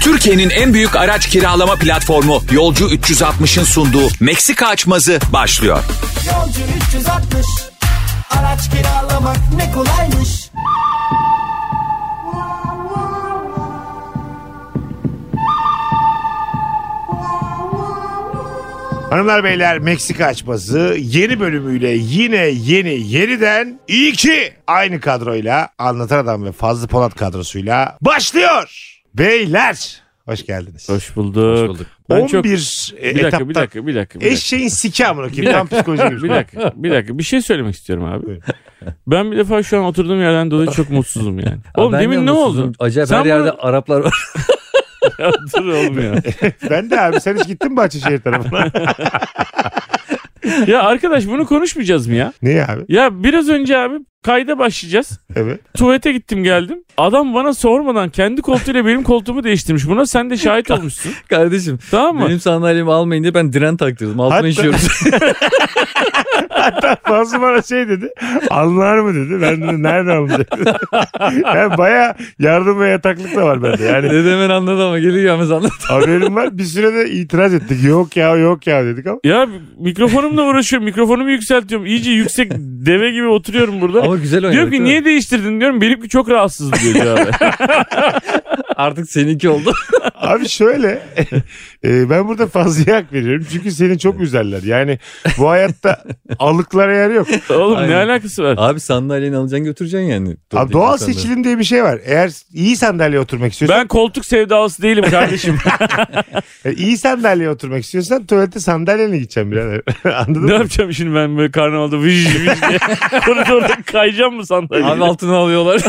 Türkiye'nin en büyük araç kiralama platformu Yolcu 360'ın sunduğu Meksika açmazı başlıyor. Yolcu 360 Araç kiralamak ne kolaymış Hanımlar beyler Meksika açması yeni bölümüyle yine yeni yeniden iyi ki aynı kadroyla Anlatan Adam ve Fazlı Polat kadrosuyla başlıyor. Beyler hoş geldiniz. Hoş bulduk. Hoş bulduk. Ben 11 çok... Bir e, dakika, etapta bir dakika, bir dakika, bir dakika. eşeğin siki amına Bir koyayım. Tam psikoloji gibi. bir dakika, bir dakika. Bir şey söylemek istiyorum abi. Buyurun. ben bir defa şu an oturduğum yerden dolayı çok mutsuzum yani. Abi Oğlum ben de demin ne mutsuzum. oldu? Acayip Sen her yerde bunu- Araplar var. Dur oğlum ya. Ben de abi sen hiç gittin mi Bahçeşehir tarafına? ya arkadaş bunu konuşmayacağız mı ya? Niye abi? Ya biraz önce abi kayda başlayacağız. Evet. Tuvalete gittim geldim. Adam bana sormadan kendi koltuğuyla benim koltuğumu değiştirmiş. Buna sen de şahit olmuşsun. Kardeşim Tamam mı? benim sandalyemi almayın diye ben diren taktırdım. Altına Hatta- işiyoruz. Fazla bana şey dedi. Anlar mı dedi. Ben de nereden anlayacağım dedi. yani baya yardım ve yataklık da var bende. Yani Dedem hemen anladı ama geliyor yalnız anladı. haberim var. Bir sürede itiraz ettik. Yok ya yok ya dedik ama. Ya mikrofonumla uğraşıyorum. Mikrofonumu yükseltiyorum. İyice yüksek deve gibi oturuyorum burada. Ama güzel oynadık. Diyor ki değil mi? niye değiştirdin diyorum. Benimki çok rahatsız diyor cevabı. Artık seninki oldu. Abi şöyle e, ben burada fazla hak veriyorum çünkü seni çok üzerler. Yani bu hayatta alıklara yer yok. Oğlum ne Aynen. alakası var? Abi sandalyeni alacaksın götüreceksin yani. Abi doğal Sandalye. seçilim diye bir şey var. Eğer iyi sandalyeye oturmak istiyorsan Ben koltuk sevdalısı değilim kardeşim. e, iyi sandalyeye oturmak istiyorsan tuvalete sandalyeyle gideceğim birader. Anladın mı? ne yapacağım şimdi ben böyle karnavalda vıj vıj diye koridorda kayacağım mı Abi sandalyeyle? altına alıyorlar.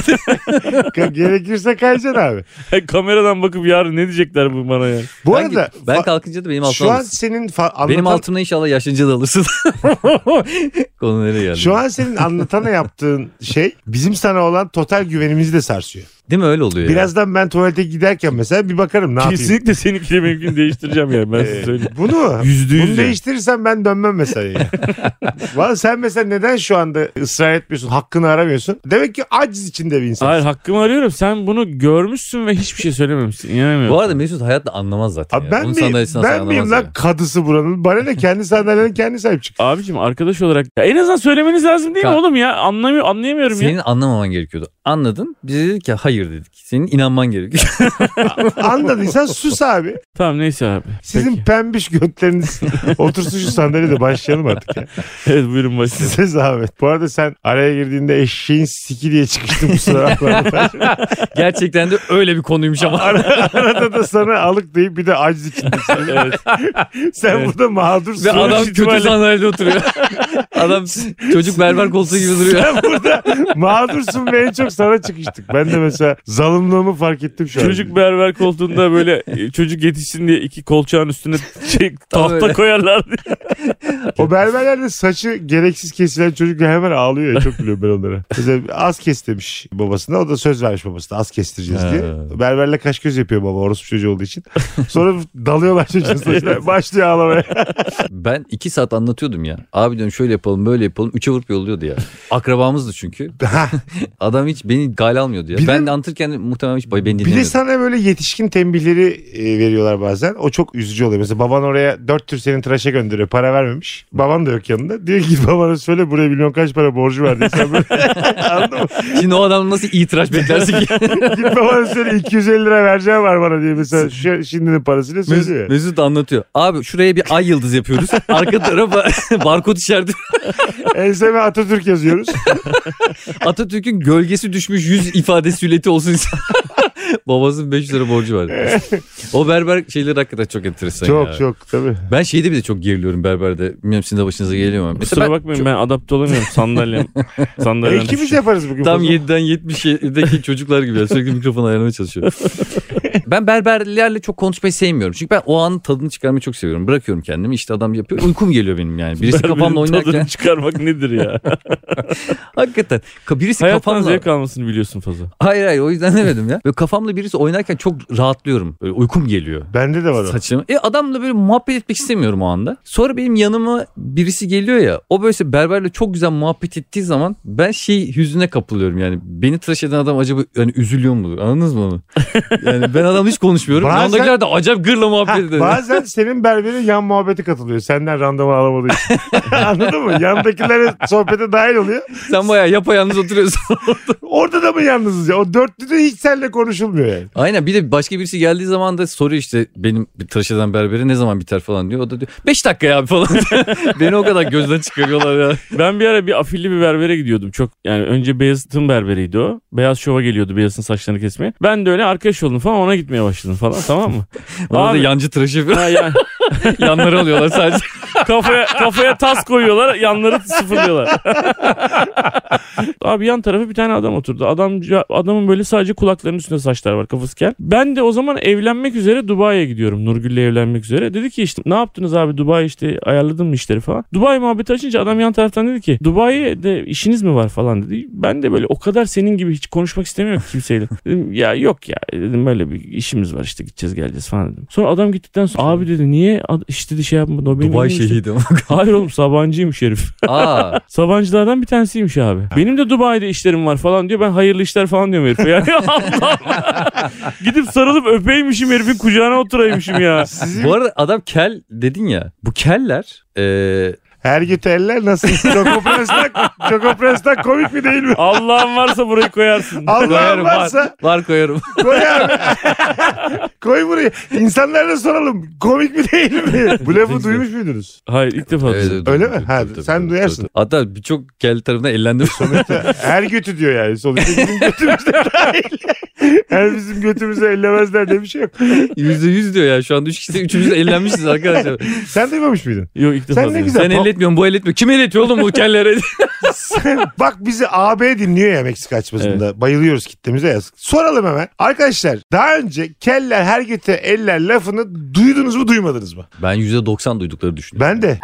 Gerekirse kayacaksın abi. Kameradan bakıp yarın ne diyecekler bu bana ya? Bu Ben- arada ben fa- kalkınca da benim altına şu an alırsın. senin fa- Benim anlatan- altımda inşallah yaşınca da alırsın. Konu nereye geldi? Şu an senin anlatana yaptığın şey bizim sana olan total güvenimizi de sarsıyor. Değil mi öyle oluyor ya? Birazdan ben tuvalete giderken mesela bir bakarım ne yapayım. Kesinlikle seninkiyle benimkini değiştireceğim yani ben size söyleyeyim. Ee, Bunu mu? Yüzde Bunu yüz yani. değiştirirsen ben dönmem mesela. yani. Valla sen mesela neden şu anda ısrar etmiyorsun, hakkını aramıyorsun? Demek ki aciz içinde bir insan. Hayır hakkımı arıyorum. Sen bunu görmüşsün ve hiçbir şey söylememişsin. İnanamıyorum. Bu arada Mesut hayatta anlamaz zaten. Abi ya. ben Onun miyim, sandalyesini ben asla miyim anlamaz lan kadısı buranın? Bana ne kendi sandalyenin kendi sahip çık. Abicim arkadaş olarak ya en azından söylemeniz lazım değil mi Ka- oğlum ya? Anlamıyor, ya. anlayamıyorum ya. Senin anlamaman gerekiyordu. Anladın. Biz dedik ki hayır dedik. Senin inanman gerekiyor. Anladıysan sus abi. Tamam neyse abi. Sizin pembiş götleriniz otursun şu sandalyede başlayalım artık ya. Evet buyurun başlayalım. Size zahmet. Bu arada sen araya girdiğinde eşeğin siki diye çıkıştın bu sıra. Gerçekten de öyle bir konuymuş ama. Ara- arada da sana alık deyip bir de aciz içindesin. evet. Sen burada mağdursun. Ve adam İhtimalle- kötü sandalyede oturuyor. adam çocuk berber koltuğu gibi duruyor. Sen burada mağdursun ve en çok sana çıkıştık. Ben de mesela zalımlığımı fark ettim şu an. Çocuk berber koltuğunda böyle e, çocuk yetişsin diye iki kolçağın üstüne şey, Tam tahta öyle. koyarlar diye. O berberlerde saçı gereksiz kesilen çocuk hemen ağlıyor ya. Çok gülüyorum ben onlara. Mesela az kes demiş babasına. O da söz vermiş babasına az kestireceğiz diye. Ha. Berberle kaş göz yapıyor baba orospu çocuğu olduğu için. Sonra dalıyorlar çocuğun saçına. Başlıyor ağlamaya. Ben iki saat anlatıyordum ya. Abi diyorum şöyle yapalım böyle yapalım. Üçe vurup yolluyordu ya. Akrabamızdı çünkü. adam hiç beni gale almıyordu ya. Bir de- ben de anlatırken muhtemelen hiç beni dinlemiyordu. Bir de sana böyle yetişkin tembihleri e, veriyorlar bazen. O çok üzücü oluyor. Mesela baban oraya dört tür senin tıraşa gönderiyor. Para vermemiş. Baban da yok yanında. Diyor ki babana söyle buraya milyon kaç para borcu var diye. Sen böyle anladın mı? Şimdi o adam nasıl itiraz beklersin ki? Git babana söyle 250 lira vereceğim var bana diye. Mesela şu, şimdinin parasıyla söylüyor. Mesut, Mesut anlatıyor. Abi şuraya bir ay yıldız yapıyoruz. Arka tarafa barkod işareti. Enseme Atatürk yazıyoruz. Atatürk'ün gölgesi düşmüş yüz ifadesi ületi olsun. Babasının 500 lira borcu var. o berber şeyleri hakikaten çok enteresan çok ya. çok tabii. Ben şeyde bir de çok geriliyorum berberde. Bilmiyorum sizin de başınıza geliyor mu? Kusura bakmayın ben adapte olamıyorum sandalyem. E, sandalyem. ikimiz yaparız bugün. Tam bunu. 7'den 77'deki çocuklar gibi ya. sürekli mikrofonu ayarlamaya çalışıyor. ben berberlerle çok konuşmayı sevmiyorum. Çünkü ben o anın tadını çıkarmayı çok seviyorum. Bırakıyorum kendimi işte adam yapıyor. Uykum geliyor benim yani. Birisi Berberin kafamla oynarken. tadını çıkarmak nedir ya? Hakikaten Ka- birisi Hayattan kafamla. zevk almasını biliyorsun fazla. Hayır hayır o yüzden demedim ya. Böyle kafamla birisi oynarken çok rahatlıyorum. Böyle uykum geliyor. Bende de var o. Saçım. E adamla böyle muhabbet etmek istemiyorum o anda. Sonra benim yanıma birisi geliyor ya. O böylese berberle çok güzel muhabbet ettiği zaman ben şey hüznüne kapılıyorum yani. Beni tıraş eden adam acaba yani üzülüyor mu? Anladınız mı onu? Yani ben Ben adamla hiç konuşmuyorum. Bazen- Yandakiler de acayip gırla Ha, muhabbet ediyor. bazen senin berberin yan muhabbeti katılıyor. Senden randevu alamadığı için. Anladın mı? Yandakilere sohbete dahil oluyor. Sen bayağı yapayalnız oturuyorsun. Orada da mı yalnızız ya? O dörtlüde hiç seninle konuşulmuyor yani. Aynen bir de başka birisi geldiği zaman da soruyor işte benim bir tıraş eden berberi ne zaman biter falan diyor. O da diyor 5 dakika ya abi falan. diyor. Beni o kadar gözden çıkarıyorlar ya. Ben bir ara bir afilli bir berbere gidiyordum. Çok yani önce Beyazıt'ın berberiydi o. Beyaz şova geliyordu Beyazıt'ın saçlarını kesmeye. Ben de öyle arkadaş oldum falan ona gitmeye başladım falan tamam mı? Orada Abi- yancı tıraş yapıyor. Ha, yani Yanları alıyorlar sadece. kafaya, kafaya tas koyuyorlar yanları sıfırlıyorlar. Abi yan tarafı bir tane adam oturdu. Adam adamın böyle sadece kulaklarının üstünde saçlar var kafası kel. Ben de o zaman evlenmek üzere Dubai'ye gidiyorum. Nurgül'le evlenmek üzere. Dedi ki işte ne yaptınız abi Dubai işte ayarladın mı işleri falan. Dubai muhabbeti açınca adam yan taraftan dedi ki Dubai'de işiniz mi var falan dedi. Ben de böyle o kadar senin gibi hiç konuşmak istemiyorum ki kimseyle. Dedim ya yok ya dedim böyle bir işimiz var işte gideceğiz geleceğiz falan dedim. Sonra adam gittikten sonra abi dedi niye ad- işte dedi şey yapmadı o benim Dubai evim işte." şehidi. Hayır oğlum Sabancıymış herif. Aa, Sabancılardan bir tanesiymiş abi. Benim de Dubai'de işlerim var falan diyor. Ben hayırlı işler falan diyorum herife. Yani Allah Allah. Gidip sarılıp öpeymişim herifin kucağına oturaymışım ya. bu arada adam kel dedin ya. Bu keller e, Her git eller nasıl? Çokopres'ten, Çokopres'ten komik mi değil mi? Allah'ın varsa burayı koyarsın. Allah'ın koyarım var. varsa Var koyarım. koy abi. koy burayı. İnsanlara da soralım. Komik mi değil mi? Bu lafı duymuş muydunuz? Hayır ilk defa Evet, duydum. evet, Öyle tabii, mi? Ha, tabii, tabii, sen tabii, duyarsın. tabii. Hatta birçok kel tarafından ellendim. Her götü diyor yani. Sonuçta bizim götümüzde dahil. Her bizim götümüzü ellemezler diye bir şey yok. Yüzde yüz diyor ya. Şu anda üç kişi üçümüz de ellenmişiz arkadaşlar. Sen duymamış mıydın? Yok ilk defa Sen ne duydum. güzel. Sen elletmiyorsun bu elletmiyor. Kim elletiyor oğlum bu kellere? Sen- Bak bizi AB dinliyor ya Meksika açmasında. Bayılıyoruz kitlemize ya. Soralım hemen. Arkadaşlar daha önce keller, her göte, eller lafını duydunuz mu duymadınız mı? Ben yüzde doksan duydukları düşünüyorum. Ben de.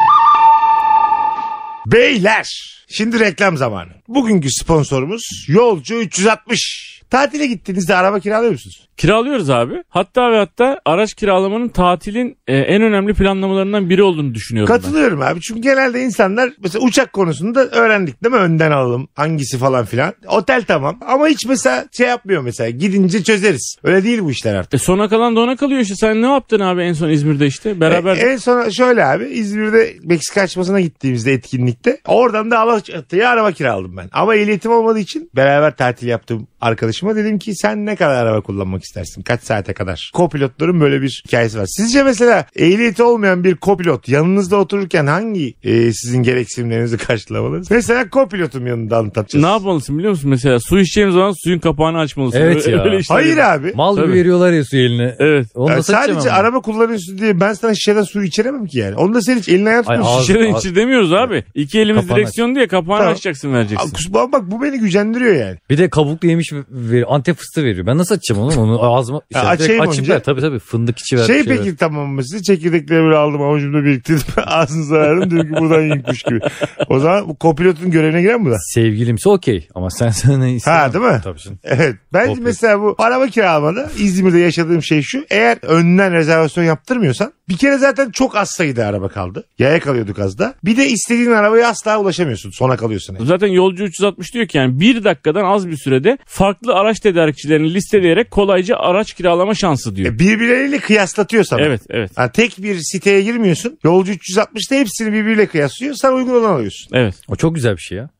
Beyler şimdi reklam zamanı. Bugünkü sponsorumuz Yolcu 360. Tatile gittiğinizde araba kiralıyor musunuz? Kiralıyoruz abi. Hatta ve hatta araç kiralamanın tatilin e, en önemli planlamalarından biri olduğunu düşünüyorum ben. Katılıyorum abi. Çünkü genelde insanlar mesela uçak konusunda öğrendik değil mi? Önden alalım. Hangisi falan filan. Otel tamam. Ama hiç mesela şey yapmıyor mesela. Gidince çözeriz. Öyle değil bu işler artık. E sona kalan da ona kalıyor işte. Sen ne yaptın abi en son İzmir'de işte? Beraber E, en son şöyle abi İzmir'de Meksika açmasına gittiğimizde etkinlikte oradan da Alaçatı'ya araba kiraladım ben. Ama ehliyetim olmadığı için beraber tatil yaptığım arkadaşıma dedim ki sen ne kadar araba kullanmak istersin? Kaç saate kadar? Kopilotların böyle bir hikayesi var. Sizce mesela ehliyeti olmayan bir kopilot yanınızda otururken hangi e, sizin gereksinimlerinizi karşılamalı? Mesela kopilotum yanında anlatacağız. ne yapmalısın biliyor musun? Mesela su içeceğin zaman suyun kapağını açmalısın. Evet ya. işler Hayır gibi. abi. Mal Tabii. gibi veriyorlar ya suyu eline. Evet. Onu Ya nasıl sadece içemem ben? araba kullanıyorsun diye ben sana şişeden su içiremem ki yani. Onu da sen hiç elini ayağını Ay, tutmuyorsun. ağzı- Şişeden ağzı- içi şey demiyoruz abi. İki elimiz Kapağını direksiyon diye kapağını Tamam. açacaksın vereceksin. Aa, Bak bu beni gücendiriyor yani. Bir de kabuklu yemiş ver, antep fıstığı veriyor. Ben nasıl açacağım oğlum onu ağzıma? Ya Şey, açayım açıp önce. ver. Tabii tabii fındık içi ver. Şey bir peki ver. tamam mı size? Çekirdekleri böyle aldım avucumda biriktirdim. Ağzınıza verdim. Dedim ki buradan yiyin kuş gibi. O zaman bu kopilotun görevine girer mi bu da? Sevgilimse okey ama sen sen ne istemem. Ha, değil mi? Tabii canım. Evet. Ben Kopilot. mesela bu araba kiralamada İzmir'de yaşadığım şey şu. Eğer önden rezervasyon yaptırmıyorsan bir kere zaten çok az sayıda araba kaldı. Yaya kalıyorduk az da. Bir de istediğin arabaya asla ulaşamıyorsun. Sona kalıyorsun. yani. Zaten yolcu 360 diyor ki yani bir dakikadan az bir sürede farklı araç tedarikçilerini listeleyerek kolayca araç kiralama şansı diyor. E, birbirleriyle kıyaslatıyor sana. evet evet. Ha, tek bir siteye girmiyorsun. Yolcu 360'da hepsini birbiriyle kıyaslıyor. Sen uygun olanı alıyorsun. Evet. O çok güzel bir şey ya.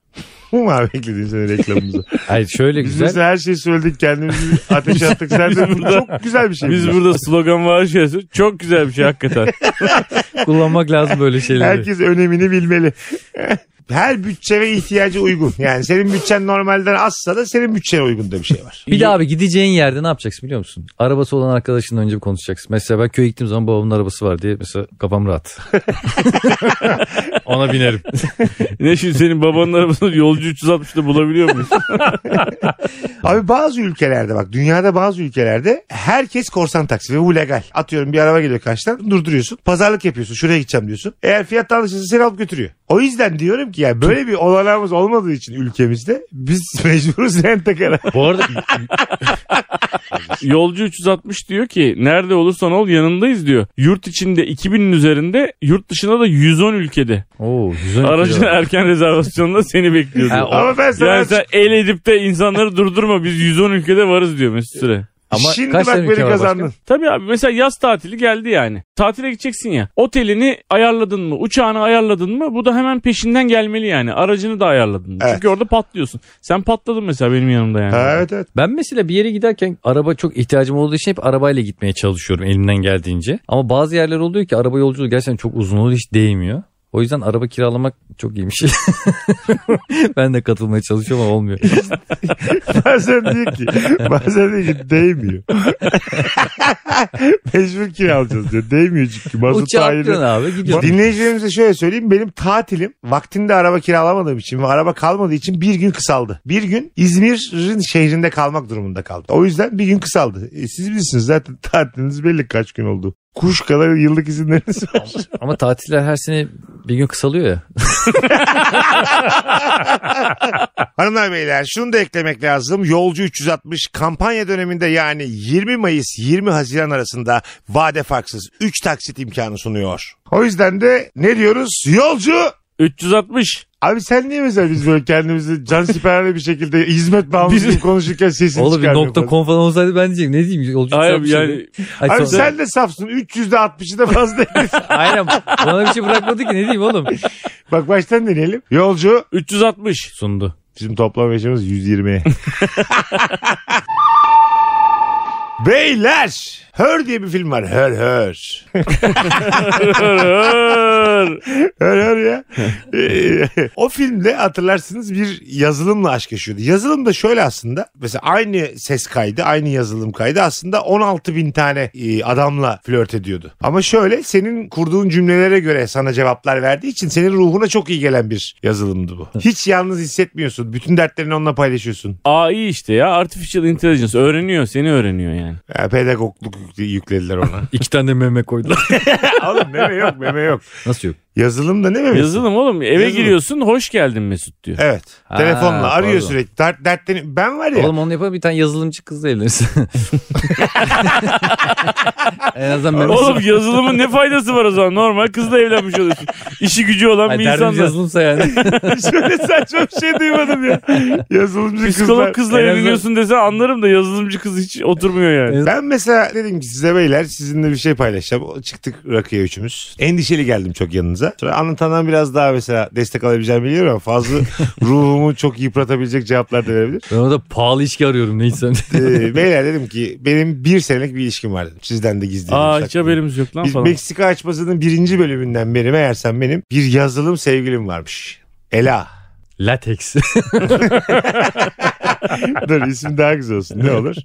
Bu mu abi beklediğin senin reklamımızı? Hayır şöyle Biz güzel. mesela her şeyi söyledik kendimizi ateşe attık. Sen de bu çok güzel bir şey. Biz bu. burada slogan var şey çok güzel bir şey hakikaten. Kullanmak lazım böyle şeyleri. Herkes önemini bilmeli. her bütçe ve ihtiyacı uygun. Yani senin bütçen normalden azsa da senin bütçene uygun da bir şey var. Bir de abi gideceğin yerde ne yapacaksın biliyor musun? Arabası olan arkadaşınla önce bir konuşacaksın. Mesela ben köye gittiğim zaman babamın arabası var diye mesela kafam rahat. Ona binerim. ne şimdi senin babanın arabasını yolcu 360'da bulabiliyor muyuz? Abi bazı ülkelerde bak dünyada bazı ülkelerde herkes korsan taksi ve bu legal. Atıyorum bir araba geliyor karşıdan durduruyorsun. Pazarlık yapıyorsun şuraya gideceğim diyorsun. Eğer fiyat anlaşılırsa seni alıp götürüyor. O yüzden diyorum ki yani böyle bir olanağımız olmadığı için ülkemizde biz mecburuz rentakara. Bu arada yolcu 360 diyor ki nerede olursan ol yanındayız diyor. Yurt içinde 2000'in üzerinde yurt dışında da 110 ülkede. Oo, şey. 112 Aracın lira. erken rezervasyonunda seni bekliyor diyor. Ha, o- Ama ben sana Yani sen el edip de insanları durdurma biz 110 ülkede varız diyor Mesut Süre. Ama Şimdi kaç bak tane beni ülke var başka? kazandın. Tabii abi mesela yaz tatili geldi yani. Tatile gideceksin ya. Otelini ayarladın mı? Uçağını ayarladın mı? Bu da hemen peşinden gelmeli yani. Aracını da ayarladın. Evet. Çünkü orada patlıyorsun. Sen patladın mesela benim yanımda yani. Ha, evet evet. Ben mesela bir yere giderken araba çok ihtiyacım olduğu için hep arabayla gitmeye çalışıyorum elimden geldiğince. Ama bazı yerler oluyor ki araba yolculuğu gerçekten çok uzun oluyor hiç değmiyor. O yüzden araba kiralamak çok iyiymiş. ben de katılmaya çalışıyorum ama olmuyor. Bazen diyor ki bazen diyor ki değmiyor. Mecbur kiralayacağız diyor. Değmiyor çünkü mazot Uçağa atlıyorsun tayini. abi gidiyorsun. Dinleyicilerimize şöyle söyleyeyim. Benim tatilim vaktinde araba kiralamadığım için ve araba kalmadığı için bir gün kısaldı. Bir gün İzmir'in şehrinde kalmak durumunda kaldım. O yüzden bir gün kısaldı. E, siz bilirsiniz zaten tatiliniz belli kaç gün oldu. Kuş kadar yıllık izinleriniz var. Ama tatiller her sene bir gün kısalıyor ya. Hanımlar beyler şunu da eklemek lazım. Yolcu 360 kampanya döneminde yani 20 Mayıs 20 Haziran arasında vade farksız 3 taksit imkanı sunuyor. O yüzden de ne diyoruz? Yolcu 360. Abi sen niye mesela biz böyle kendimizi can siperli bir şekilde hizmet bağımlısı gibi konuşurken sesini Oğlum bir çıkarmıyor nokta falan. com falan olsaydı ben diyeceğim ne diyeyim yolcu Hayır çarpmış yani şimdi. Ay, Abi sonra- sen de safsın. 360'ı da fazla değil. Aynen bana bir şey bırakmadı ki ne diyeyim oğlum. Bak baştan deneyelim. Yolcu 360. Sundu. Bizim toplam yaşımız 120. Beyler! Hör diye bir film var. Hör hör. hör hör ya. Ee, o filmde hatırlarsınız bir yazılımla aşk yaşıyordu. Yazılım da şöyle aslında. Mesela aynı ses kaydı, aynı yazılım kaydı aslında 16 bin tane e, adamla flört ediyordu. Ama şöyle senin kurduğun cümlelere göre sana cevaplar verdiği için senin ruhuna çok iyi gelen bir yazılımdı bu. Hiç yalnız hissetmiyorsun. Bütün dertlerini onunla paylaşıyorsun. AI işte ya. Artificial Intelligence. Öğreniyor. Seni öğreniyor yani. Ya, pedagogluk yükle- yüklediler ona. İki tane meme koydular. Oğlum meme yok meme yok. Nasıl yok? Yazılım da ne memesi? Yazılım oğlum. Eve Yazılım. giriyorsun. Hoş geldin Mesut diyor. Evet. Ha, Telefonla arıyor pardon. sürekli. Dert, dertlerini... Ben var ya. Oğlum onu yapan bir tane yazılımcı kızla evlenirsin. en azından memesi var. Oğlum yazılımın ne faydası var o zaman? Normal kızla evlenmiş oluyorsun. İşi gücü olan bir Ay, derdimiz insanla. yazılımsa yani. Şöyle saçma bir şey duymadım ya. Yazılımcı kızlar. Psikolog kızla En azından- evleniyorsun dese anlarım da yazılımcı kız hiç oturmuyor yani. Ben mesela dedim ki size beyler sizinle bir şey paylaşacağım. Çıktık rakıya üçümüz. Endişeli geldim çok yanınıza. Sonra anlatandan biraz daha mesela destek alabileceğimi biliyorum ama fazla ruhumu çok yıpratabilecek cevaplar da verebilir. Ben orada pahalı ilişki arıyorum neyse. Ee, beyler dedim ki benim bir senelik bir ilişkim var dedim. Sizden de gizli. Aa dedim, hiç saklı. haberimiz yok lan Biz falan. Meksika açmasının birinci bölümünden beri meğersem benim bir yazılım sevgilim varmış. Ela. Latex. Dur isim daha güzel olsun ne olur.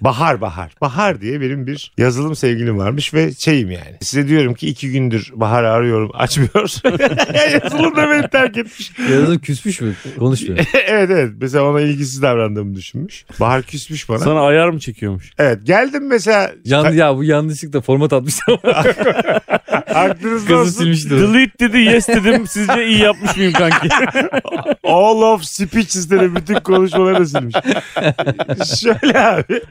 Bahar Bahar. Bahar diye benim bir yazılım sevgilim varmış ve şeyim yani. Size diyorum ki iki gündür Bahar arıyorum açmıyor. yazılım da beni terk etmiş. Yazılım küsmüş mü? Konuşmuyor. evet evet mesela ona ilgisiz davrandığımı düşünmüş. Bahar küsmüş bana. Sana ayar mı çekiyormuş? Evet geldim mesela Yan, ya bu yanlışlıkla format atmış ama aklınızda kızı olsun. silmiştir. Delete dedi yes dedim. Sizce iyi yapmış mıyım kanki? All of speeches dedi bütün konuşmaları da silmiş. Şöyle abi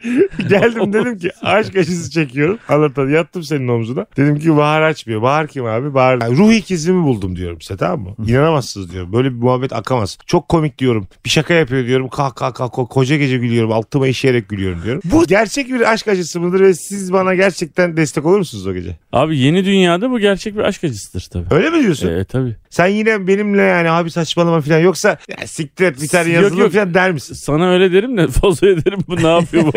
geldim dedim ki aşk acısı çekiyorum. Anlatan yattım senin omzuna. Dedim ki Bahar açmıyor. Bahar kim abi? Bahar. Yani ruh ikizimi buldum diyorum size tamam mı? İnanamazsınız diyorum. Böyle bir muhabbet akamaz. Çok komik diyorum. Bir şaka yapıyor diyorum. Kah kah kah ko- koca gece gülüyorum. Altıma işeyerek gülüyorum diyorum. Bu gerçek bir aşk acısı mıdır ve siz bana gerçekten destek olur musunuz o gece? Abi yeni dünyada bu gerçek bir aşk acısıdır tabii. Öyle mi diyorsun? E tabii. Sen yine benimle yani abi saçmalama falan yoksa ya, siktir et bir tane Yok, yazılım yok. falan der misin? Sana öyle derim de fazla ederim bu ne yapıyor bu?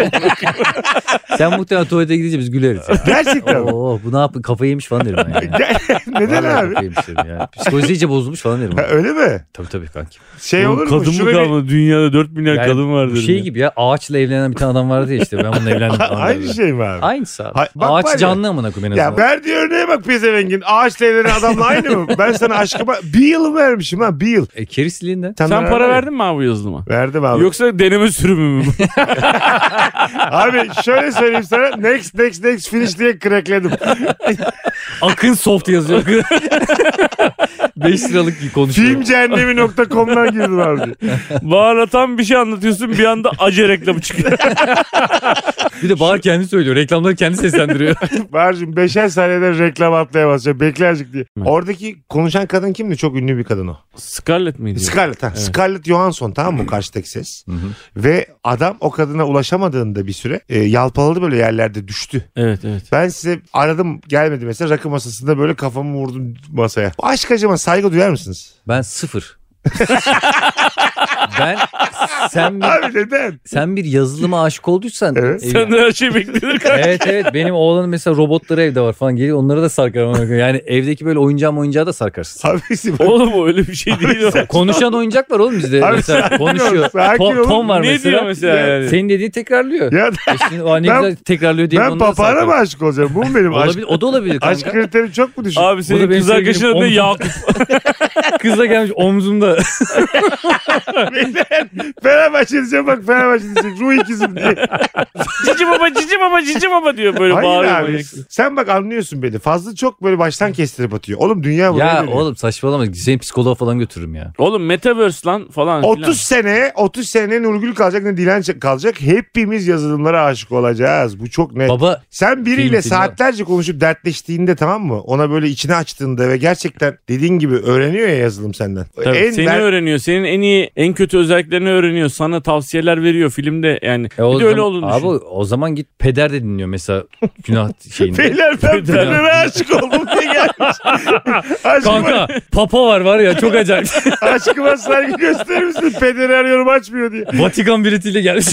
Sen muhtemelen tuvalete gidince biz güleriz. ya. Gerçekten mi? Oo bu ne yapıyor? Kafayı yemiş falan derim ben yani. Ger- Neden Vallahi abi? kafayı yemiş derim yani. Psikolojisi iyice bozulmuş falan derim. Ha, ona. öyle mi? tabii tabii kanki. Şey Oğlum olur mu? kadın Şuna mı bir- kalmadı? Dünyada 4 milyar Yani kadın var bu derim. şey ya. gibi ya ağaçla evlenen bir tane adam vardı ya işte ben bununla evlendim falan. Aynı derdi. şey mi abi? Aynısı abi. Hay- bak var ya. Ağaç canlı amına koyayım en Ya azından. verdiği örneğe bak pezevengin. Ağaçla evlenen adamla aynı mı? Ben sana aşkıma bir yıl vermişim ha bir yıl. E, kerisliğinden. Sen bana para ver- verdin mi abi bu yazılıma? Verdim abi. Yoksa deneme sürümü mü? bu? Abi şöyle söyleyeyim sana. Next next next finish diye crackledim. Akın soft yazıyor. 5 liralık bir konuşma. Filmcehennemi.com'dan girdim abi. Bağıratan bir şey anlatıyorsun bir anda acı reklamı çıkıyor. Bir de Bahar kendi söylüyor. Reklamları kendi seslendiriyor. Bahar'cığım beşer saniyede reklam atmaya basacağım. Bekle azıcık diye. Oradaki konuşan kadın kimdi? Çok ünlü bir kadın o. Scarlett miydi? Scarlett. Ha. Scarlett Johansson tamam mı? Karşıdaki ses. Ve adam o kadına ulaşamadığında bir süre e, yalpaladı böyle yerlerde düştü. evet evet. Ben size aradım gelmedi mesela rakı masasında böyle kafamı vurdum masaya. Bu aşk acıma saygı duyar mısınız? Ben sıfır. ben sen Abi neden? sen bir yazılıma aşık olduysan Evet. Evlen. Senden her şey beklenir. evet evet benim oğlanın mesela robotları evde var falan geliyor onlara da sarkarım. Yani evdeki böyle oyuncağı oyuncağı da sarkarsın. Abisi bak. Oğlum o öyle bir şey değil o. Konuşan oyuncak var oğlum bizde. Abi mesela konuşuyor. sakin Tom, olun. Tom var Ne mesela. diyor mesela yani? Senin dediğini tekrarlıyor. Ya E şimdi, o ne Ben- güzel tekrarlıyor diye ben onlara papağana sarkarım. mı aşık olacağım? Bu mu benim aşk? Olabilir, o da olabilir Aşk kanka. kriterim çok mu düşük? Abi Bu da senin benim kız arkadaşın sevgilim, adı omzum. Yakup. Kız da gelmiş omzumda. Fenerbahçe diyeceğim bak Fenerbahçe diyecek. Ruh ikizim diye. cici baba cici baba cici baba diyor böyle Hayır bağırıyor. abi. manyak. Sen bak anlıyorsun beni. Fazla çok böyle baştan kestirip atıyor. Oğlum dünya buraya ya dönüyor. oğlum saçmalama. Seni psikoloğa falan götürürüm ya. Oğlum Metaverse lan falan 30 filan. sene 30 sene Nurgül kalacak ne Dilan kalacak. Hepimiz yazılımlara aşık olacağız. Bu çok net. Baba Sen biriyle Film, film saatlerce konuşup dertleştiğinde tamam mı? Ona böyle içini açtığında ve gerçekten dediğin gibi öğreniyor ya yazılım senden. Tabii, seni ben- öğreniyor. Senin en iyi, en kötü özelliklerini öğreniyor. Sana tavsiyeler veriyor filmde yani. E o bir de öyle zaman- olduğunu Abi düşün. o zaman git peder de dinliyor mesela günah şeyinde. Beyler ben Fener'e aşık oldum diye gelmiş. aşkıma, Kanka papa var var ya çok acayip. aşkıma saygı gösterir misin? Pederi arıyorum açmıyor diye. Vatikan biletiyle gelmiş.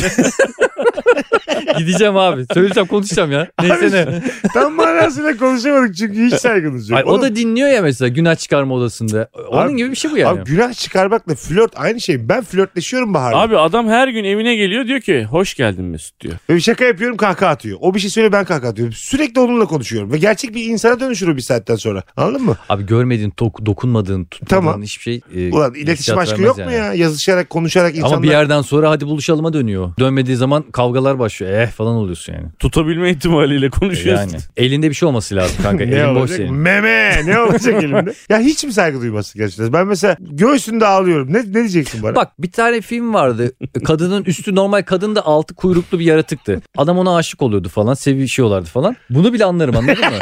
Gideceğim abi. Söyleyeceğim konuşacağım ya. Neyse ne. Tam manasıyla konuşamadık çünkü hiç saygınız yok. Ay, o Oğlum- da dinliyor ya mesela günah çıkarma odasında. Onun Abi- gibi bir şey bu yani. Abi günah çıkarmakla flört aynı şey. Ben flörtleşiyorum Bahar'la. Abi adam her gün evine geliyor diyor ki hoş geldin Mesut diyor. Böyle şaka yapıyorum kahkaha atıyor. O bir şey söylüyor ben kahkaha atıyorum. Sürekli onunla konuşuyorum. Ve gerçek bir insana dönüşür o bir saatten sonra. Anladın mı? Abi görmediğin, tok- dokunmadığın, tutmadığın Tamam. hiçbir şey. e, Ulan hissiyat iletişim aşkı vermez yok mu yani. ya? Yazışarak konuşarak insanlar. Ama bir yerden sonra hadi buluşalıma dönüyor. Dönmediği zaman kavgalar başlıyor. Eh falan oluyorsun yani. Tutabilme ihtimaliyle konuşuyorsun. Yani elinde bir şey olması lazım kanka. ne Elin boş olacak? senin. Meme ne olacak elimde? Ya hiç mi saygı duyması gerçekten? Ben mesela göğsünde ağlıyorum. Ne, ne diyeceksin bana? Bak bir tane film vardı. E, Kadının üstü normal kadın da altı kuyruklu bir yaratıktı. Adam ona aşık oluyordu falan. Sevişiyorlardı falan. Bunu bile anlarım anladın mı?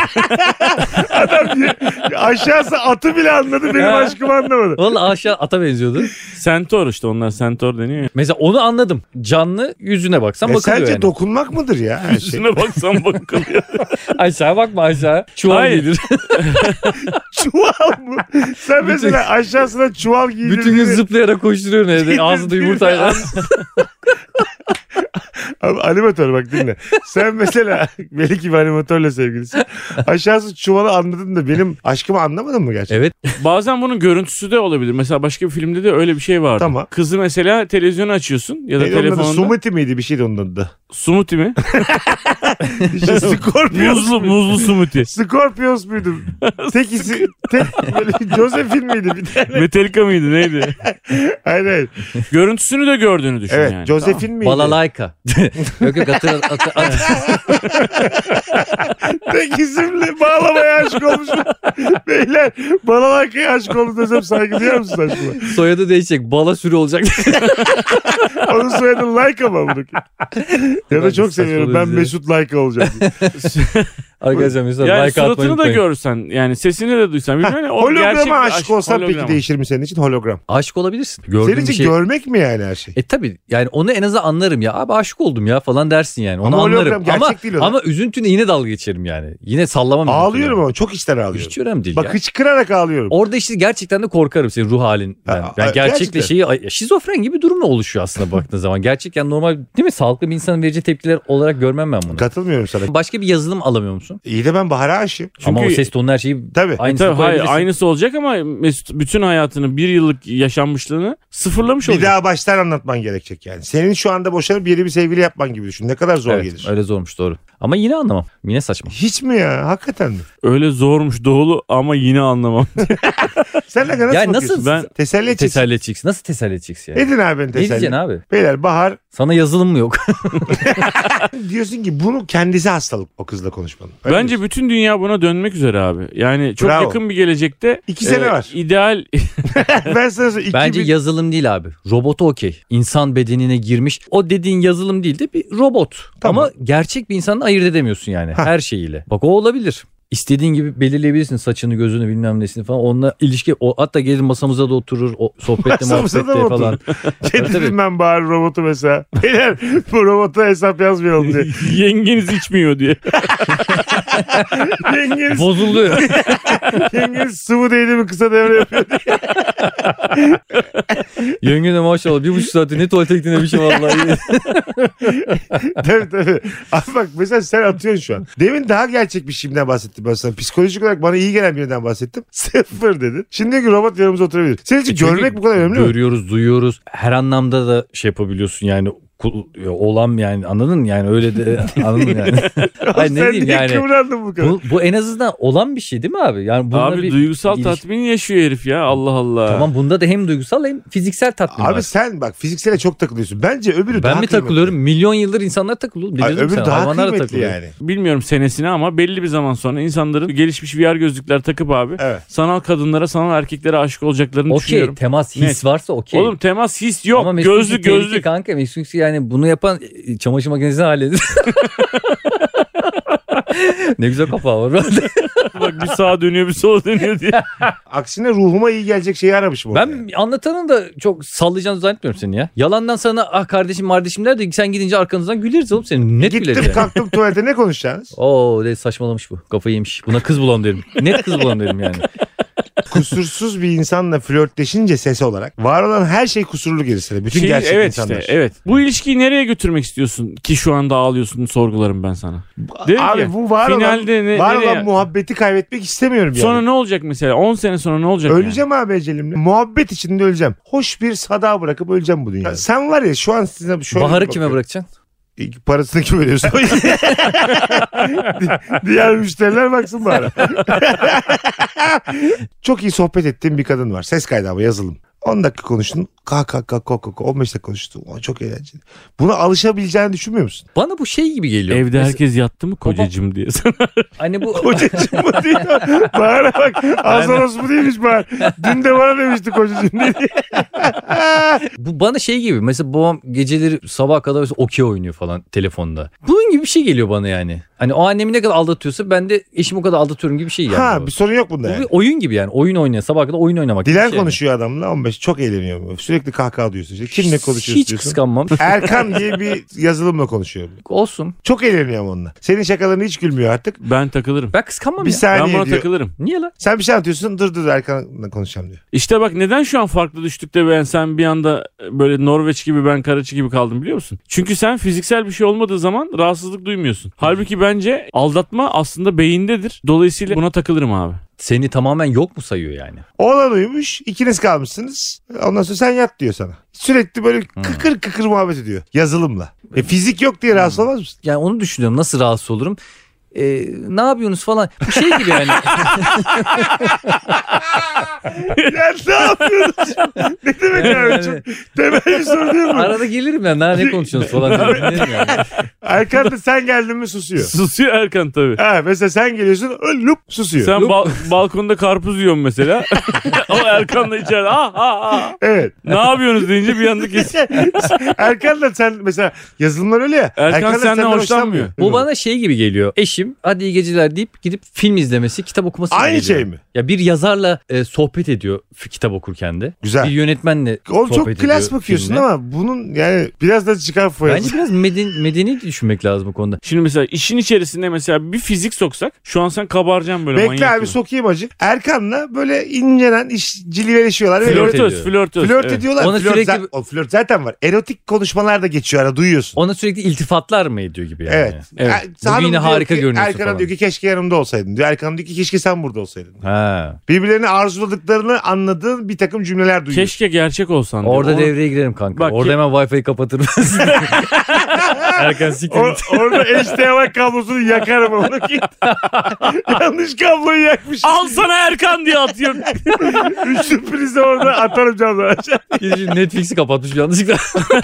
Aşağısı atı bile anladı benim aşkımı anlamadı. Vallahi aşağı ata benziyordu. Sentor işte onlar sentor deniyor ya. Mesela onu anladım. Canlı yüzüne baksan E bakılıyor sence yani. dokunmak mıdır ya? her şey? Üstüne baksan bakılıyor. aşağı bakma aşağı. Çuval Hayır. gelir. çuval mı? Sen mesela aşağısına çuval giydirdiğini... Bütün gün zıplayarak koşturuyorsun evde. Ağzında yumurtayla. Abi animatör bak dinle. Sen mesela belli ki bir animatörle sevgilisin. Aşağısı çuvalı anladın da benim aşkımı anlamadın mı gerçekten? evet. Bazen bunun görüntüsü de olabilir. Mesela başka bir filmde de öyle bir şey vardı. Tamam. Kızı mesela televizyonu açıyorsun ya da Neydi onun adı? telefonunda. Sumiti miydi bir şeydi onun adı da. Smoothie mi? İşte Scorpions. muzlu muzlu smoothie. Scorpions muydu? Tekisi, tek böyle Josephine miydi bir tane? Metallica mıydı neydi? Hayır hayır. Görüntüsünü de gördüğünü düşün Evet yani. Josephine miydi? Balalayka. yok yok atı, atı, atı. Tek isimle bağlamaya aşık olmuşum. Beyler balalayakaya aşık oldum desem saygı duyar mısın aşkıma? Soyadı değişecek. Bala sürü olacak. Onun soyadı Laika mı bunu? Ya da Bence çok seviyorum ben saçmalıyoruz ya. Mesut Laika olacağım. Arkadaşlar mesela Yani like atmayı suratını da unutmayın. görsen yani sesini de duysan bilmem ne. o gerçek bir Holograma aşık aşk, olsan holograma. peki değişir mi senin için hologram? Aşık olabilirsin. Gördüğün senin bir için şey. görmek mi yani her şey? E tabi yani onu en azından anlarım ya. Abi aşık oldum ya falan dersin yani. Onu Ama hologram anlarım. gerçek ama, değil o da. ama üzüntüne yine dalga geçerim yani. Yine sallamam. ağlıyorum üzüntüne. ama çok içten ağlıyorum. Hiç önemli değil Bak ya. hıçkırarak ağlıyorum. Orada işte gerçekten de korkarım senin ruh halinden. Ha, yani ha, gerçekten. gerçekle şeyi ay- şizofren gibi durumla oluşuyor aslında baktığın zaman. Gerçekten normal değil mi? Sağlıklı bir insanın vereceği tepkiler olarak görmem ben bunu. Katılmıyorum sana. Başka bir yazılım alamıyor musun? İyi de ben Bahar'a aşığım. Ama o Çünkü- ses tonu her şeyi Tabii. aynısını Tabii hayır koyabilirsin. aynısı olacak ama Mesut bütün hayatını bir yıllık yaşanmışlığını sıfırlamış Bir olacak. daha baştan anlatman gerekecek yani. Senin şu anda boşanıp yeni bir sevgili yapman gibi düşün. Ne kadar zor Evet, gelir. öyle zormuş doğru. Ama yine anlamam. Yine saçma. Hiç mi ya? Hakikaten mi? Öyle zormuş doğulu ama yine anlamam. Sen ne kadar Ya nasıl nasıl- bakıyorsun? ben Teselli edeceksin. Teselli edeceksin. Nasıl teselli edeceksin yani? Edin abi beni Ne teselli. diyeceksin abi? Beyler Bahar Sana yazılım mı yok? diyorsun ki bunu kendisi hastalık o kızla konuşmanın. Öyle Bence bütün dünya buna dönmek üzere abi. Yani çok Bravo. yakın bir gelecekte e, İki sene var. ideal diyorsun. ben sana söyleyeyim. Bence 2000 yazılım değil abi. Robotu okey. İnsan bedenine girmiş. O dediğin yazılım değil de bir robot. Tamam. Ama gerçek bir insanla ayırt edemiyorsun yani Ha. her şeyiyle. Bak o olabilir. İstediğin gibi belirleyebilirsin saçını gözünü bilmem nesini falan. Onunla ilişki o hatta gelir masamıza da oturur. O sohbette Masamıza da muhabbette mı falan. getirdim ben Bahar robotu mesela. Beyler bu robota hesap yazmayalım diye. yengeniz içmiyor diye. Yengeniz, Bozuluyor. yengeniz sıvı değdi mi kısa devre yapıyor. Yenge de maşallah bir buçuk saati ne tuvalete gittiğine bir şey vallahi. tabii tabii. Abi bak mesela sen atıyorsun şu an. Demin daha gerçek bir şeyimden bahsettim ben sana. Psikolojik olarak bana iyi gelen birinden bahsettim. Sıfır dedin. Şimdi diyor ki robot yanımıza oturabilir. Senin E için görmek bu kadar önemli mi? Görüyoruz, duyuyoruz. Her anlamda da şey yapabiliyorsun yani kul- olan yani anladın mı? yani öyle de anladın yani. Ay ne sen diyeyim niye yani. kıvrandın bu kadar? Bu, bu en azından olan bir şey değil mi abi? Yani bunda abi bir duygusal iliş- tatmin yaşıyor herif ya Allah Allah. Tamam bunda da hem duygusal hem fiziksel tatmin Abi var. sen bak fiziksele çok takılıyorsun. Bence öbürü daha ben mi kıymetli. takılıyorum? Milyon yıldır insanlar takılıyor. Ay, Bilirim öbürü sana. daha Hayvanlar da kıymetli takılıyor. yani. Bilmiyorum senesini ama belli bir zaman sonra insanların gelişmiş VR gözlükler takıp abi Evet. sanal kadınlara sanal erkeklere aşık olacaklarını Okey düşünüyorum. temas his Net. varsa okey. Oğlum temas his yok. Ama Mesut gözlük tehlike gözlük. Kanka Mesut Yüksek yani bunu yapan e, çamaşır makinesini halledin. ne güzel kafa var. Bak bir sağa dönüyor bir sola dönüyor diye. Aksine ruhuma iyi gelecek şeyi aramışım. orada yani. ben anlatanın da çok sallayacağını zannetmiyorum seni ya. Yalandan sana ah kardeşim kardeşim der de sen gidince arkanızdan güleriz oğlum senin. Net Gittim güleriz yani. kalktım tuvalete ne konuşacaksınız? Oo de saçmalamış bu. Kafayı yemiş. Buna kız bulalım derim. Net kız bulalım derim yani. Kusursuz bir insanla flörtleşince ses olarak var olan her şey kusurlu gerisine. Bütün Şey, gerçek evet insanlar. işte evet. Bu ilişkiyi nereye götürmek istiyorsun ki şu anda ağlıyorsun sorgularım ben sana. Dedim Abi ya, bu var olan, finalde ne- var nereye- olan muhabbeti kaybetmek istemiyorum yani. Sonra ne olacak mesela 10 sene sonra ne olacak yani? Öleceğim abi ecelimle. Muhabbet içinde öleceğim. Hoş bir sada bırakıp öleceğim bu dünyada. Sen var ya şu an size şöyle Baharı bir kime bakıyorum. bırakacaksın? İlk Parasını kim ödüyorsa. Diğer müşteriler baksın bari. Çok iyi sohbet ettiğim bir kadın var. Ses kaydı ama yazılım. 10 dakika konuştun. Kalk kalk kalk kalk kalk. 15 dakika konuştun. O çok eğlenceli. Buna alışabileceğini düşünmüyor musun? Bana bu şey gibi geliyor. Evde Mesela- herkes yattı mı kocacım diye. Hani bu Kocacığım bu değil. Bağıra bak. Azaros bu değilmiş bağır. Dün de bana demişti kocacığım dedi. Bu bana şey gibi mesela babam geceleri sabaha kadar mesela okey oynuyor falan telefonda. Bunun gibi bir şey geliyor bana yani. Hani o annemi ne kadar aldatıyorsa ben de eşimi o kadar aldatıyorum gibi bir şey yani. ha bu. bir sorun yok bunda Bu yani. bir oyun gibi yani. Oyun oynayan sabaha kadar oyun oynamak. gibi bir Dilen şey yani. konuşuyor adamla 15 çok eğleniyor. Sürekli kahkaha duyuyorsun. İşte Kimle konuşuyorsun Hiç diyorsun. kıskanmam. Erkan diye bir yazılımla konuşuyor. Olsun. Çok eğleniyorum onunla. Senin şakalarına hiç gülmüyor artık. ben takılırım. Ben kıskanmam Bir ya. Ben saniye buna diyor. takılırım. Niye lan? Sen bir şey anlatıyorsun dur dur Erkan'la konuşacağım diyor. İşte bak neden şu an farklı düştük de ben sen bir anda böyle Norveç gibi ben Karaçi gibi kaldım biliyor musun? Çünkü sen fiziksel bir şey olmadığı zaman rahatsızlık duymuyorsun. Halbuki bence aldatma aslında beyindedir. Dolayısıyla buna takılırım abi. Seni tamamen yok mu sayıyor yani? Oğlan uyumuş ikiniz kalmışsınız. Ondan sonra sen yat diyor sana. Sürekli böyle Hmm. kıkır kıkır muhabbet ediyor yazılımla. E, fizik yok diye rahatsız olmaz mısın? Yani onu düşünüyorum nasıl rahatsız olurum. Ee, ne yapıyorsunuz falan. Bu şey gibi yani. ya ne yapıyorsunuz? ne demek yani? Çok temel bir soru değil mi? Arada gelirim ya. "Lan Ne konuşuyorsunuz falan. Dinlerim yani. Erkan da sen geldin mi susuyor. Susuyor Erkan tabii. Ha, mesela sen geliyorsun ölüp susuyor. Sen bal- balkonda karpuz yiyorsun mesela. o Erkan da içeride ah ah ah. Evet. Ne yapıyorsunuz deyince bir anda kesin. Erkan da sen mesela yazılımlar öyle ya. Erkan da senden hoşlanmıyor. Bu bana şey gibi geliyor. Eşim hadi iyi geceler deyip gidip film izlemesi, kitap okuması gibi Aynı geliyor. şey mi? Ya bir yazarla e, sohbet ediyor f- kitap okurken de. Bir Güzel. yönetmenle Oğlum sohbet çok ediyor. klas bakıyorsun filmle. ama bunun yani biraz da çıkar foyası. Bence biraz meden, medeni düşünmek lazım bu konuda. Şimdi mesela işin içerisinde mesela bir fizik soksak şu an sen kabaracaksın böyle Bekle manyak abi gibi. sokayım acı. Erkan'la böyle incelen iş ciliverişiyorlar. Flört, Flört flört, Flörtöz, ediyor. flörtöz. evet. ediyorlar. Ona flört, sürekli- za- o flört zaten var. Erotik konuşmalar da geçiyor ara duyuyorsun. Ona sürekli iltifatlar mı ediyor gibi yani? Evet. Evet. Er- Bugün hanım yine diyor harika ki, görünüyorsun Erkan'a falan. diyor ki keşke yanımda olsaydın diyor. Erkan diyor ki keşke sen burada olsaydın. Ha. Birbirlerini arzuladıklarını anladığın bir takım cümleler duyuyorsun. Keşke gerçek olsan. diyor. Orada Onu- devreye girerim kanka. Bak Orada ki- hemen Wi-Fi'yi kapatırım. Erken siktir O, git. orada HDMI kablosunu yakarım onu git. Yanlış kabloyu yakmış. Al sana Erkan diye atıyorum. Üçlü prizi orada atarım camdan aşağı. Gidişim Netflix'i kapatmış yanlışlıkla.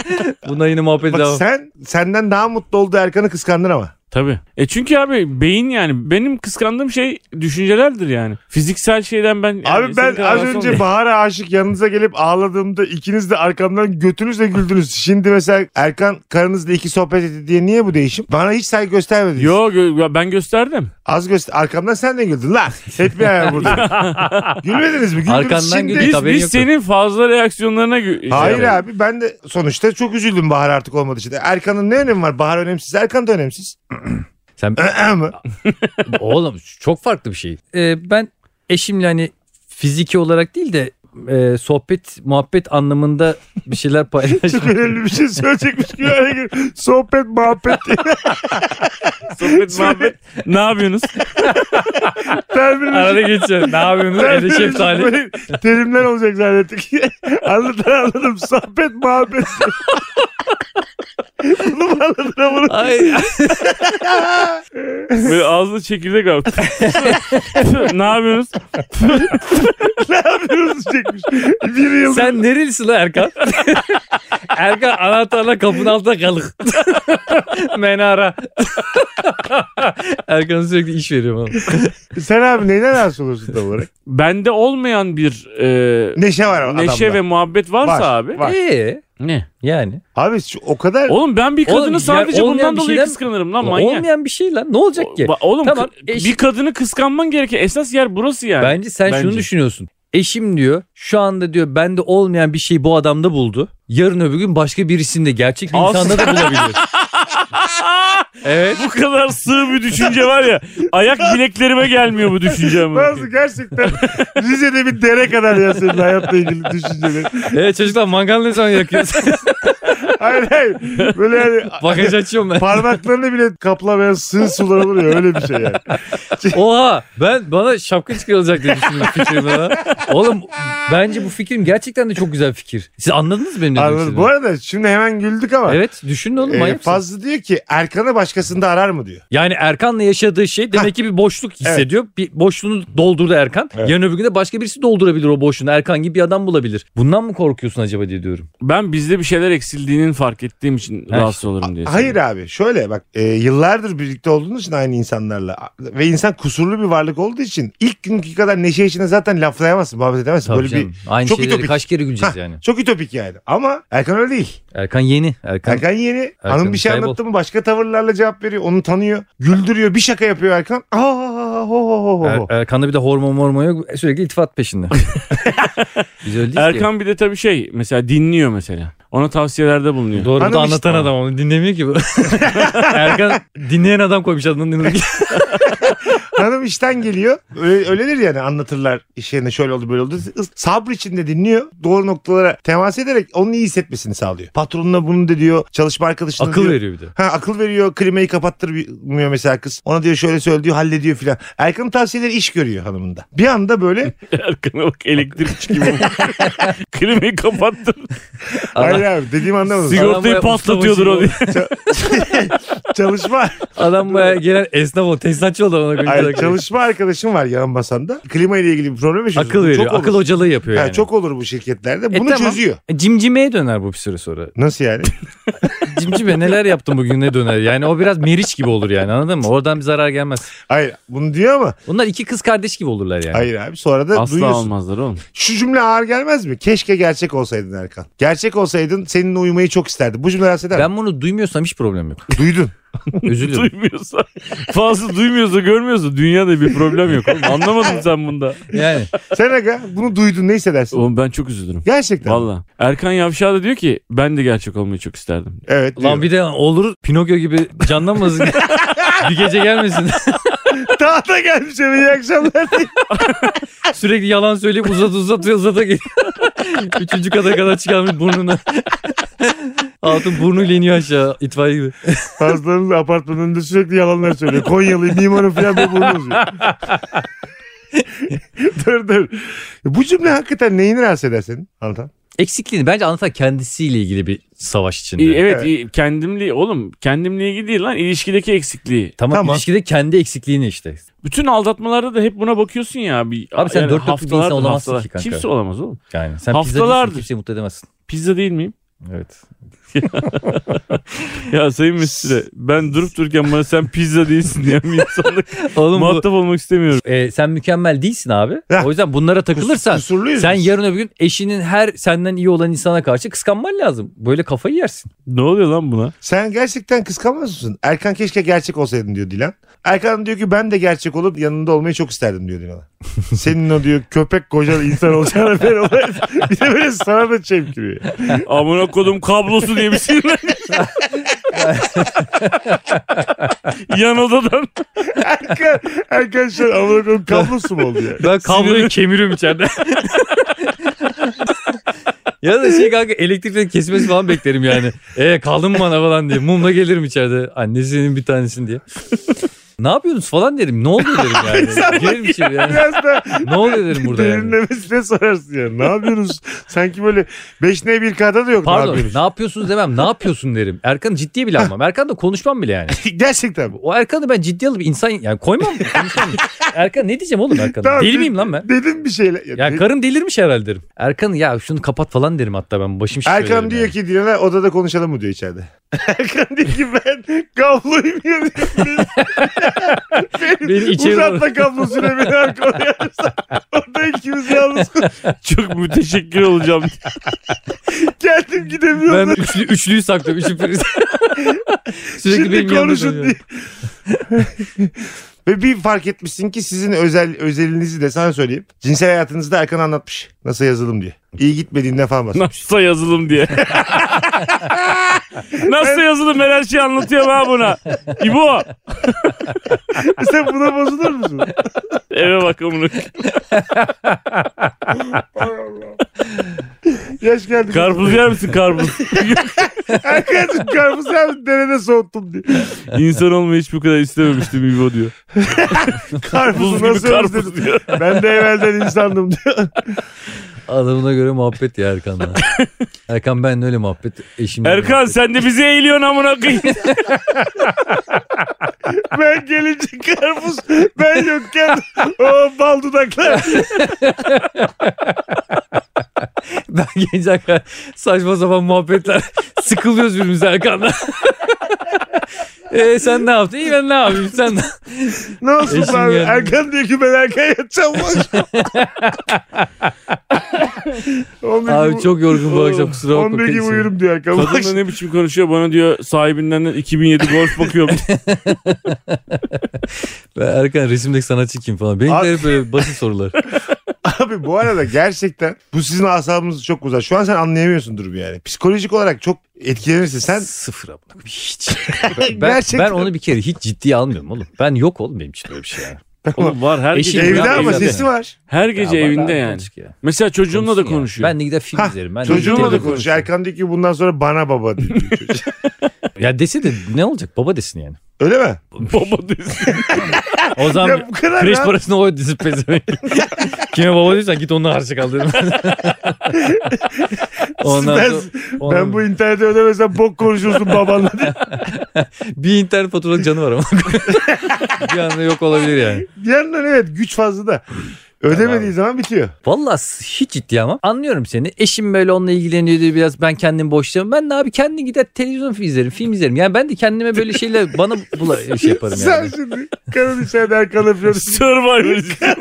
Buna yine muhabbet Bak devam. sen senden daha mutlu oldu Erkan'ı kıskandın ama. Tabii. E çünkü abi beyin yani benim kıskandığım şey düşüncelerdir yani. Fiziksel şeyden ben... yani Abi senin ben az kadar rahatsız önce olmuyorum. Bahar'a aşık yanınıza gelip ağladığımda ikiniz de arkamdan götünüzle güldünüz. Şimdi mesela Erkan karınızla iki sohbet etti diye niye bu değişim? Bana hiç saygı göstermediniz. Yo gö- ben gösterdim. Az göster. Arkamdan sen de güldün lan. Hep bir ayağım burada. Gülmediniz mi? Güldünüz. Arkandan Şimdi... güldük. Biz, haberin biz yoktu. senin fazla reaksiyonlarına... şey gö- E, Hayır Yani- abi ben de sonuçta çok üzüldüm Bahar artık olmadığı için. Erkan'ın ne önemi var? Bahar önemsiz. Erkan da önemsiz. Sen mı? oğlum çok farklı bir şey. Ee, ben eşimle hani fiziki olarak değil de e, sohbet muhabbet anlamında bir şeyler Çok paylaşmak. önemli bir şey söyleyecekmiş gibi. araya gir- Sohbet muhabbet diye. Sohbet muhabbet. ne yapıyorsunuz? Termin- Arada geçiyor. Ne yapıyorsunuz? Evde termin- şeftali. Böyle Terimler olacak zannettik. anladım anladım. Sohbet muhabbet. Bunu mu anladın ama bunu? Ay, Böyle ağzında çekirdek var. ne yapıyorsunuz? Ne yapıyorsunuz diyecekmiş. Bir yıl. sen nerelisin lan Erkan? Erkan anahtarla kapının altında kalık. Menara. Erkan sürekli iş veriyor bana. Sen abi neyden rahatsız olursun tam olarak? Bende olmayan bir e, Neşe var adamda. neşe ve muhabbet varsa Var, abi. var. Ee, Ne? yani. Abi şu- o kadar Oğlum ben bir Oğlum, kadını yani sadece bundan olmayan bir dolayı şeyden- kıskanırım lan manyak. Olmayan bir şey lan. Ne olacak ki? Ba- Oğlum Tamam, kı- eş- bir kadını kıskanman gereken esas yer burası yani. Bence sen şunu Bence. düşünüyorsun. Eşim diyor şu anda diyor bende olmayan bir şeyi bu adamda buldu. Yarın öbür gün başka birisinde gerçek bir Aslında- insanda da bulabilir. evet. Ah! Bu kadar sığ bir düşünce var ya. Ayak bileklerime gelmiyor bu düşünce. ama. Bazı gerçekten Rize'de bir dere kadar ya senin hayatla ilgili düşünceleri. Evet çocuklar mangal ne zaman yakıyorsun? Hayır hayır. Böyle yani Bagaj açıyorum ben. parmaklarını bile kaplamayan sığ sular olur ya öyle bir şey yani. Oha ben bana şapka çıkarılacak diye düşündüm fikrimle. lan. Oğlum bence bu fikrim gerçekten de çok güzel bir fikir. Siz anladınız mı benim dediğimi? Anladın? Bu arada şimdi hemen güldük ama. Evet düşünün oğlum E, manyak mısın? Fazlı diyor ki Erkan'ı başkasında arar mı diyor. Yani Erkan'la yaşadığı şey demek ki bir boşluk hissediyor. Bir boşluğunu doldurdu Erkan. Evet. Yarın öbür gün de başka birisi doldurabilir o boşluğunu. Erkan gibi bir adam bulabilir. Bundan mı korkuyorsun acaba diye diyorum. Ben bizde bir şeyler eksildiğinin fark ettiğim için Ha, rahatsız olurum diye. Hayır abi şöyle bak e, yıllardır birlikte olduğunuz için aynı insanlarla ve insan kusurlu bir varlık olduğu için ilk günkü kadar neşe içinde zaten laflayamazsın muhabbet edemezsin. Tabii Böyle canım. bir Aynı çok şeyleri ütopik. kaç kere güleceğiz Hah, yani. Çok ütopik yani ama Erkan öyle değil. Erkan yeni. Erkan, Erkan yeni. hanım bir şey kaybol. anlattı mı başka tavırlarla cevap veriyor. Onu tanıyor. Güldürüyor. Bir şaka yapıyor Erkan. Ah, Aa, ho, ho, ho, Er- ho. Erkan'da bir de hormon hormon yok. E, Sürekli iltifat peşinde. Biz öyle değiliz Erkan bir de tabii şey mesela dinliyor mesela. Ona tavsiyelerde bulunuyor. ki. Doğru bu da Hanım işte anlatan o. adam onu dinlemiyor ki bu. Erkan dinleyen adam koymuş adını dinlemiyor ki. Er- Hanım işten geliyor. Öyle, öyledir yani anlatırlar iş yerine şöyle oldu böyle oldu. Sabır içinde dinliyor. Doğru noktalara temas ederek onun iyi hissetmesini sağlıyor. Patronuna bunu da diyor. Çalışma arkadaşına Akıl diyor. veriyor bir de. Ha, akıl veriyor. Klimayı kapattırmıyor mesela kız. Ona diyor şöyle söyle diyor hallediyor filan. Erkan'ın tavsiyeleri iş görüyor hanımında. Bir anda böyle Erkan'a bak elektrikçi gibi. Klimayı kapattın. hayır abi dediğimi anlamadın. Sigor- Sigortayı Adam bayağı patlatıyordur o ustabaşı diye. Çalışma Adam baya gelen esnaf o. Tesisatçı olan ona Hayır, koymuş. çalışma arkadaşım var yan masanda. Klima ile ilgili bir problem yaşıyorsun. Akıl Bu veriyor. Çok olur. Akıl hocalığı yapıyor Ha, yani. Çok olur bu şirketlerde. E, Bunu tamam. çözüyor. E, Cimcimeye döner bu bir süre sonra. Nasıl yani? Cimcime neler yaptın bugün ne döner? Yani o biraz meriç gibi olur yani anladın mı? Oradan bir zarar gelmez. Hayır bunu diyor ama Bunlar iki kız kardeş gibi olurlar yani. hayır abi sonra da Asla duyuyorsun. olmazlar oğlum. Şu cümle ağır gelmez mi? Keşke gerçek olsaydın Erkan. Gerçek olsaydın seninle uyumayı çok isterdim. Bu cümle rahatsız eder mi? Ben bunu duymuyorsam hiç problem yok. Duydun. Özür dilerim. Duymuyorsa fazla duymuyorsa görmüyorsa dünyada bir problem yok oğlum. Anlamadın sen bunda. Yani Sen aga bunu duydun ne hissedersin? Oğlum ben çok üzülürüm. Gerçekten. Valla. Erkan Yavşa da diyor ki ben de gerçek olmayı çok isterdim. Evet. lan Lan bir de olur Pinokyo gibi canlanmasın. bir gece gelmesin. tahta gelmiş eve iyi akşamlar. diye. Sürekli yalan söyleyip uzat uzatıyor uzata geliyor. Üçüncü kata kadar çıkarmış burnunu. Altın burnuyla iniyor aşağı itfaiye gibi. Fazlının apartmanında sürekli yalanlar söylüyor. Konyalı mimarı falan bir burnu uzuyor. dur dur. Bu cümle hakikaten neyini rahatsız eder senin? Anlatan. Eksikliğini bence anlatan kendisiyle ilgili bir savaş içinde. İyi, evet, iyi. kendimli oğlum kendimle ilgili değil lan ilişkideki eksikliği. Tamam, Tamam. ilişkide kendi eksikliğini işte. Bütün aldatmalarda da hep buna bakıyorsun ya. Bir, Abi sen dört dörtlük bir haftalardır, insan olamazsın haftalar- ki kanka. Kimse olamaz oğlum. Yani sen Haftalardır. pizzacısın kimseyi mutlu edemezsin. Pizza değil miyim? Evet. Ya Sayın Mesut'e ben durup dururken bana sen pizza değilsin diyen bir insanlık Oğlum bu- muhatap olmak istemiyorum. e, sen mükemmel değilsin abi. Heh. O yüzden bunlara takılırsan Kusurluyuz sen biz. yarın öbür gün eşinin her senden iyi olan insana karşı kıskanman lazım. Böyle kafayı yersin. Ne oluyor lan buna? Sen gerçekten kıskanmaz mısın? Erkan keşke gerçek olsaydın diyor Dilan. Erkan diyor ki ben de gerçek olup yanında olmayı çok isterdim diyor Dilan. Senin o diyor köpek koca insan olacağına ben olayım. Bir de böyle sana da çemkiriyor. Amına kodum kablosu diye bir şey. Yan odadan. Erkan, Erkan şu an amına koyayım kablosu mu oldu ya? Ben Sinirimi- kemiriyorum içeride. ya da şey kanka elektrikleri kesmesi falan beklerim yani. E kaldın mı bana falan diye. Mumla gelirim içeride. Annesinin bir tanesin diye. ne yapıyorsunuz falan derim. Ne oluyor derim yani. Gelirim içeri yani. Biraz da Ne oluyor derim burada yani. derinlemesine sorarsın ya. Ne yapıyorsunuz? Sanki böyle 5N 1K'da da yok. Ne Pardon yapıyorsunuz? ne yapıyorsunuz demem. Ne yapıyorsun derim. Erkan'ı ciddiye bile almam. Erkan'la konuşmam bile yani. Gerçekten mi? O Erkan'ı ben ciddiye alıp insan yani koymam. konuşmam. Erkan ne diyeceğim oğlum Erkan'a? Tamam, Deli de- miyim lan ben? Dedim bir şeyler. Ya, Ya de- karım delirmiş herhalde derim. Erkan ya şunu kapat falan derim hatta ben başım şişiyor. Erkan derim diyor yani. ki Dilan'a odada konuşalım mı diyor içeride. Erkan diyor ki ben kabloyum ya diyor. Benim, Beni içeri uzatma kablosuyla beni arkaya alırsan. Orada ikimiz yalnız Çok müteşekkir olacağım. geldim ben gidemiyorum. üçlü, üçlüyü saklıyorum. Üçlü priz. Sürekli Şimdi benim yanımda konuşun dönüyor. diye. Ve bir fark etmişsin ki sizin özel özelinizi de sana söyleyeyim. Cinsel hayatınızda Erkan anlatmış. Nasıl yazılım diye. İyi gitmediğinden falan bahsediyor. Nasılsa yazılım diye. Nasıl yazılım ben her şeyi anlatıyorum ha buna. İbo Sen buna bozulur musun? eve bak amına. Yaş geldi. Karpuz yer misin karpuz? Erkan'cığım karpuzu hem derede soğuttum diye. İnsan olmayı hiç bu kadar istememiştim İbo diyor. Buz Karpuzu gibi nasıl karpuz özledim. diyor. Ben de evvelden insandım diyor. Adamına göre muhabbet ya Erkan'la. Erkan ben öyle muhabbet. Eşim Erkan sen de bizi eğiliyorsun amına koyayım. Ben gelince karpuz ben yokken o bal dudaklar. Ben genç Erkan saçma sapan muhabbetler. Sıkılıyoruz birbirimize Erkan'la. Eee sen ne yaptın? İyi ben ne yapayım? Sen ne- Ne olsun Eşim abi? geldi. Erkan diyor ki ben erken yatacağım bu akşam. On bir Abi gibi- çok yorgun bu akşam kusura bakma. 11 gibi kardeşim. uyurum diyor Erkan. bu Kadın da akşam. ne biçim konuşuyor bana diyor sahibinden de 2007 golf bakıyorum. Ben Erkan resimdeki sanatçı kim falan. Benim Abi- de hep böyle basit sorular. hani- Abi bu arada gerçekten bu sizin asabınız çok uzak. Şu an sen anlayamıyorsun durumu yani. Psikolojik olarak çok etkilenirsin. Sen Sıfır abla. Hiç. ben, Gerçekten. ben onu bir kere hiç ciddiye almıyorum oğlum. Ben yok oğlum benim için öyle bir şey. Yani. Oğlum var her Eşim gece. ya, evde ama evde. sesi var. Her gece Ya, evinde ben- yani. açık ya. Mesela çocuğumla da Konuşsun ya. konuşuyor. Ben de gider film Hah, izlerim. Ben de Çocuğumla gider- da konuş. Erkan diyor ki bundan sonra bana baba diyor. çocuğa. Ya dese de ne olacak? Baba desin yani. Öyle mi? Baba diyorsun. O Ya zaman bu kadar kreş rahat. parasını o ödesin pezevenk. Kime baba diyorsan git onunla harçlık al dedim. Ondan Ben- sonra, Ben ondan- bu interneti ödemesem bok konuşursun babanla diye. bir internet faturalık canı var ama. bir anda yok olabilir yani. Bir yandan evet güç fazla da. Ödemediği zaman bitiyor. Vallahi hiç ciddi ama anlıyorum seni. Eşim böyle onunla ilgileniyor diye biraz ben kendim boşluyorum. Ben de abi kendi gider televizyon izlerim, film izlerim. Yani ben de kendime böyle şeyler bana bula şey yaparım Sen yani. şimdi karın içeride Erkan'la flört. Survivor izliyor.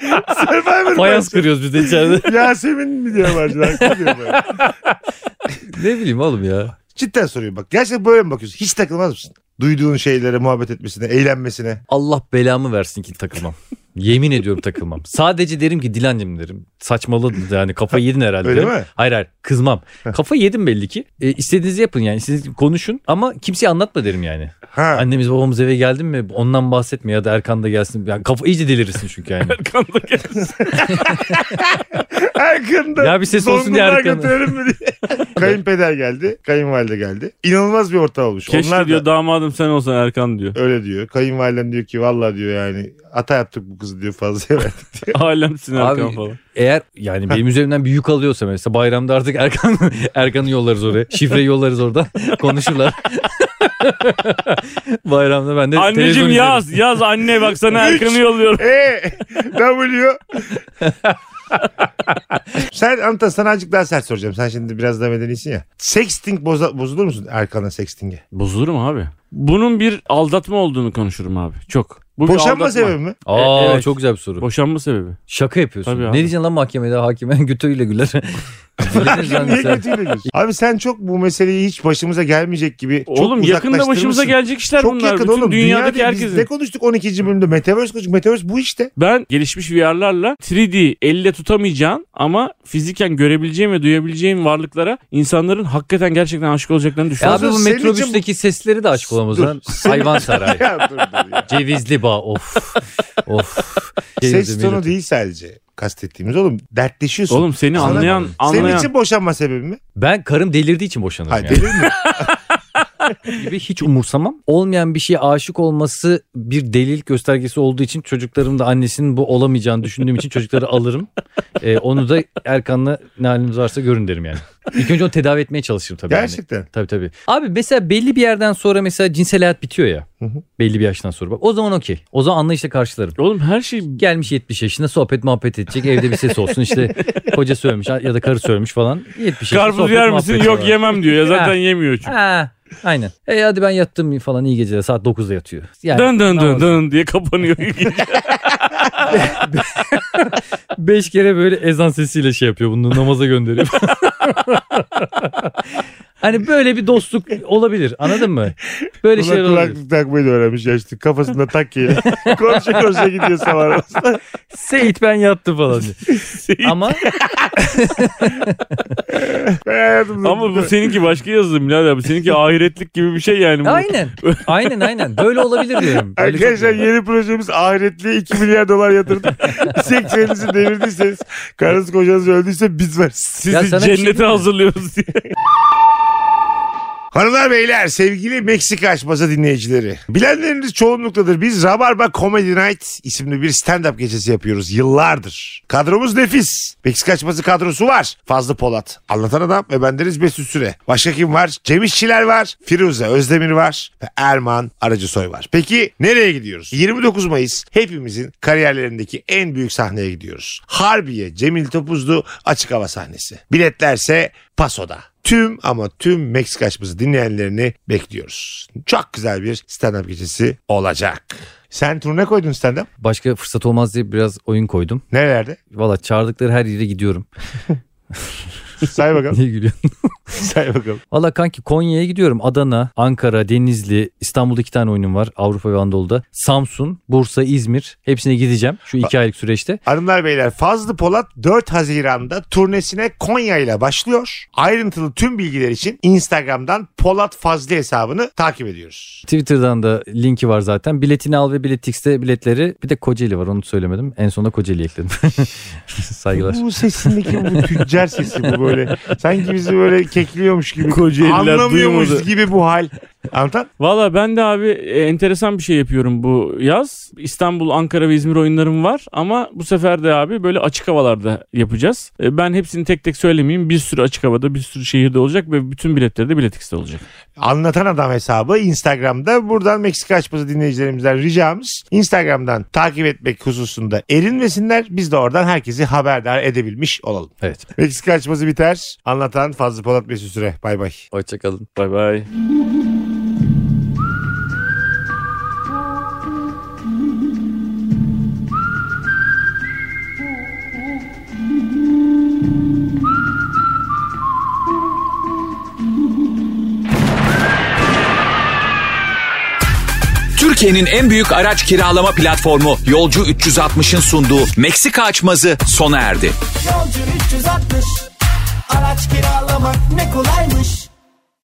Survivor Fayans maçı. kırıyoruz biz de içeride. Yasemin mi diyor bacı? Erkan diyor bana. ne bileyim oğlum ya. Cidden soruyor bak. Gerçekten böyle mi bakıyorsun? Hiç takılmaz mısın? Duyduğun şeylere muhabbet etmesine, eğlenmesine. Allah belamı versin ki takılmam. Yemin ediyorum takılmam. Sadece derim ki Dilancım derim. Saçmaladın yani kafayı yedin herhalde. Öyle derim. mi? Hayır hayır kızmam. Kafayı yedim belli ki. E, istediğinizi yapın yani istediğiniz gibi konuşun ama kimseye anlatma derim yani. Ha. Annemiz babamız eve geldi mi ondan bahsetme ya da Erkan da gelsin. Yani kafa iyice delirirsin çünkü yani. Arkanda gel. Arkında. Ya bir ses olsun diye Zonguldak arkana. götürelim mi diye. Kayınpeder geldi. Kayınvalide geldi. İnanılmaz bir ortam olmuş. Keşke Onlar da diyor damadım sen olsan Erkan diyor. öyle diyor. Kayınvalidem diyor ki valla diyor yani hata yaptık bu kızı diyor fazla verdik. Alemsin Abi- Erkan falan. Eğer yani benim üzerimden bir yük alıyorsa mesela bayramda artık Erkan Erkan'ı yollarız oraya. Şifreyi yollarız oradan. Konuşurlar. bayramda ben de televizyon Anneciğim izlerim. yaz yaz anne bak sana Üç. Erkan'ı yolluyorum. E W. sen Anta sana azıcık daha sert soracağım. Sen şimdi biraz daha medenisin ya. Sexting boza, bozulur musun Erkan'la sexting'e? Bozulurum abi. Bunun bir aldatma olduğunu konuşurum abi. Çok. Bu bir Boşanma aldatma. sebebi mi? E, Aa evet. çok güzel bir soru. Boşanma sebebi. Şaka yapıyorsun. Tabii ne abi. diyeceksin lan mahkemede hakime götüyle güler. Dinlediniz lan Niye mesela. kötüyle diyorsun? Abi sen çok bu meseleyi hiç başımıza gelmeyecek gibi çok oğlum yakında başımıza uzaklaştırmışsın. gelecek işler Çok bunlar. yakın Bütün oğlum. dünyadaki Dünyada herkesin. Biz ne konuştuk 12. bölümde? Metaverse konuştuk. Metaverse bu işte. Ben gelişmiş VR'larla 3D elle tutamayacağın ama fiziken görebileceğim ve duyabileceğim varlıklarla insanların hakikaten gerçekten aşık olacaklarını E düşünüyorum. abi bu Senin için bu- metrobüsteki sesleri de açık olamaz Dur. lan. Hayvan saray. Ya dur dur ya. Cevizli bağ of. of. Ses Şey Cevizli tonu melodi. değil sadece kastettiğimiz oğlum. Dertleşiyorsun. Oğlum seni Sana- anlayan Senin anlayan için boşanma sebebi mi? Ben karım delirdiği için boşanırım Hayır yani. deli mi? gibi hiç umursamam. Olmayan bir şeye aşık olması bir delil göstergesi olduğu için çocuklarım da annesinin bu olamayacağını düşündüğüm için çocukları alırım. Ee, onu da Erkan'la ne haliniz varsa görün derim yani. İlk önce onu tedavi etmeye çalışırım tabii. yani. Gerçekten. Tabii tabii. Abi mesela belli bir yerden sonra mesela cinsel hayat bitiyor ya. Hı hı. Belli bir yaştan sonra. Bak o zaman okey. O zaman anlayışla karşılarım. Oğlum her şey Gelmiş 70 yaşında sohbet muhabbet edecek. Evde bir ses olsun işte koca söylemiş ya da karı söylemiş falan. 70 yaşında karpuz sohbet yer misin? muhabbet Yok falan. yemem diyor. Ya zaten Ha. yemiyor çünkü. Ha, aynen. E hadi ben yattım falan iyi geceler saat 9'da yatıyor. Yani Dın dın dın namaz. dın diye kapanıyor. 5 kere böyle ezan sesiyle şey yapıyor bunu namaza gönderiyor. hani böyle bir dostluk olabilir anladın mı? Böyle Buna şeyler olabilir. kulaklık takmayı da öğrenmiş yaşlı. Kafasında takkeyle. Korşa korşa gidiyor sabah arabasına. Seyit ben yattım falan diye. Ama Ben hayatımda- Ama bu seninki başka yazılım Bilal abi. Seninki ahiretlik gibi bir şey yani. Bu. aynen aynen aynen böyle olabilir diyorum. Böyle çok- Arkadaşlar yeni projemiz ahiretliğe 2 milyar dolar yatırdık. Sekseninizi devirdiyseniz, karınız kocanız öldüyse biz varız. Sizi Ya sana bir şey cennete diyeyim mi? hazırlıyoruz diye. Hanımlar beyler sevgili Meksika açması dinleyicileri. Bilenleriniz çoğunluktadır. Biz Rabarba Comedy Night isimli bir stand-up gecesi yapıyoruz yıllardır. Kadromuz nefis. Meksika açması kadrosu var. Fazlı Polat, Anlatan Adam ve bendeniz Mesut Süre. Başka kim var? Cem İşçiler var. Firuze Özdemir var. Ve Erman Aracısoy var. Peki nereye gidiyoruz? 29 Mayıs hepimizin kariyerlerindeki en büyük sahneye gidiyoruz. Harbiye Cemil Topuzlu açık hava sahnesi. Biletlerse Paso'da. Tüm ama tüm Meksika açması dinleyenlerini bekliyoruz. Çok güzel bir stand-up gecesi olacak. Sen turuna koydun stand-up. Başka fırsat olmaz diye biraz oyun koydum. Nerelerde? Valla çağırdıkları her yere gidiyorum. Say bakalım. Niye gülüyorsun? say bakalım. Valla kanki Konya'ya gidiyorum. Adana, Ankara, Denizli, İstanbul'da iki tane oyunum var. Avrupa ve Anadolu'da. Samsun, Bursa, İzmir. Hepsine gideceğim şu iki aylık süreçte. Hanımlar beyler Fazlı Polat 4 Haziran'da turnesine Konya ile başlıyor. Ayrıntılı tüm bilgiler için Instagram'dan Polat Fazlı hesabını takip ediyoruz. Twitter'dan da linki var zaten. Biletini al ve Biletix'te biletleri. Bir de Kocaeli var onu söylemedim. En sonunda Kocaeli ekledim. Saygılar. Bu sesindeki bu tüccar sesi bu böyle. Sanki bizi böyle kekliyormuş gibi. Anlamıyormuş gibi bu hal. Anlatan? Valla ben de abi e, enteresan bir şey yapıyorum bu yaz. İstanbul, Ankara ve İzmir oyunlarım var ama bu sefer de abi böyle açık havalarda yapacağız. E, Ben hepsini tek tek söylemeyeyim. Bir sürü açık havada, bir sürü şehirde olacak ve bütün biletleri de biletikste olacak. Anlatan Adam hesabı Instagram'da. Buradan Meksika açması dinleyicilerimizden ricamız Instagram'dan takip etmek hususunda erinmesinler. Biz de oradan herkesi haberdar edebilmiş olalım. Evet. Meksika açması biter. Anlatan Fazlı Polat Mesut Süre. Bay bay. Hoşçakalın. Bay bay. Türkiye'nin en büyük araç kiralama platformu Yolcu 360'ın sunduğu Meksika açmazı sona erdi. Yolcu 360 Araç kiralamak ne kolaymış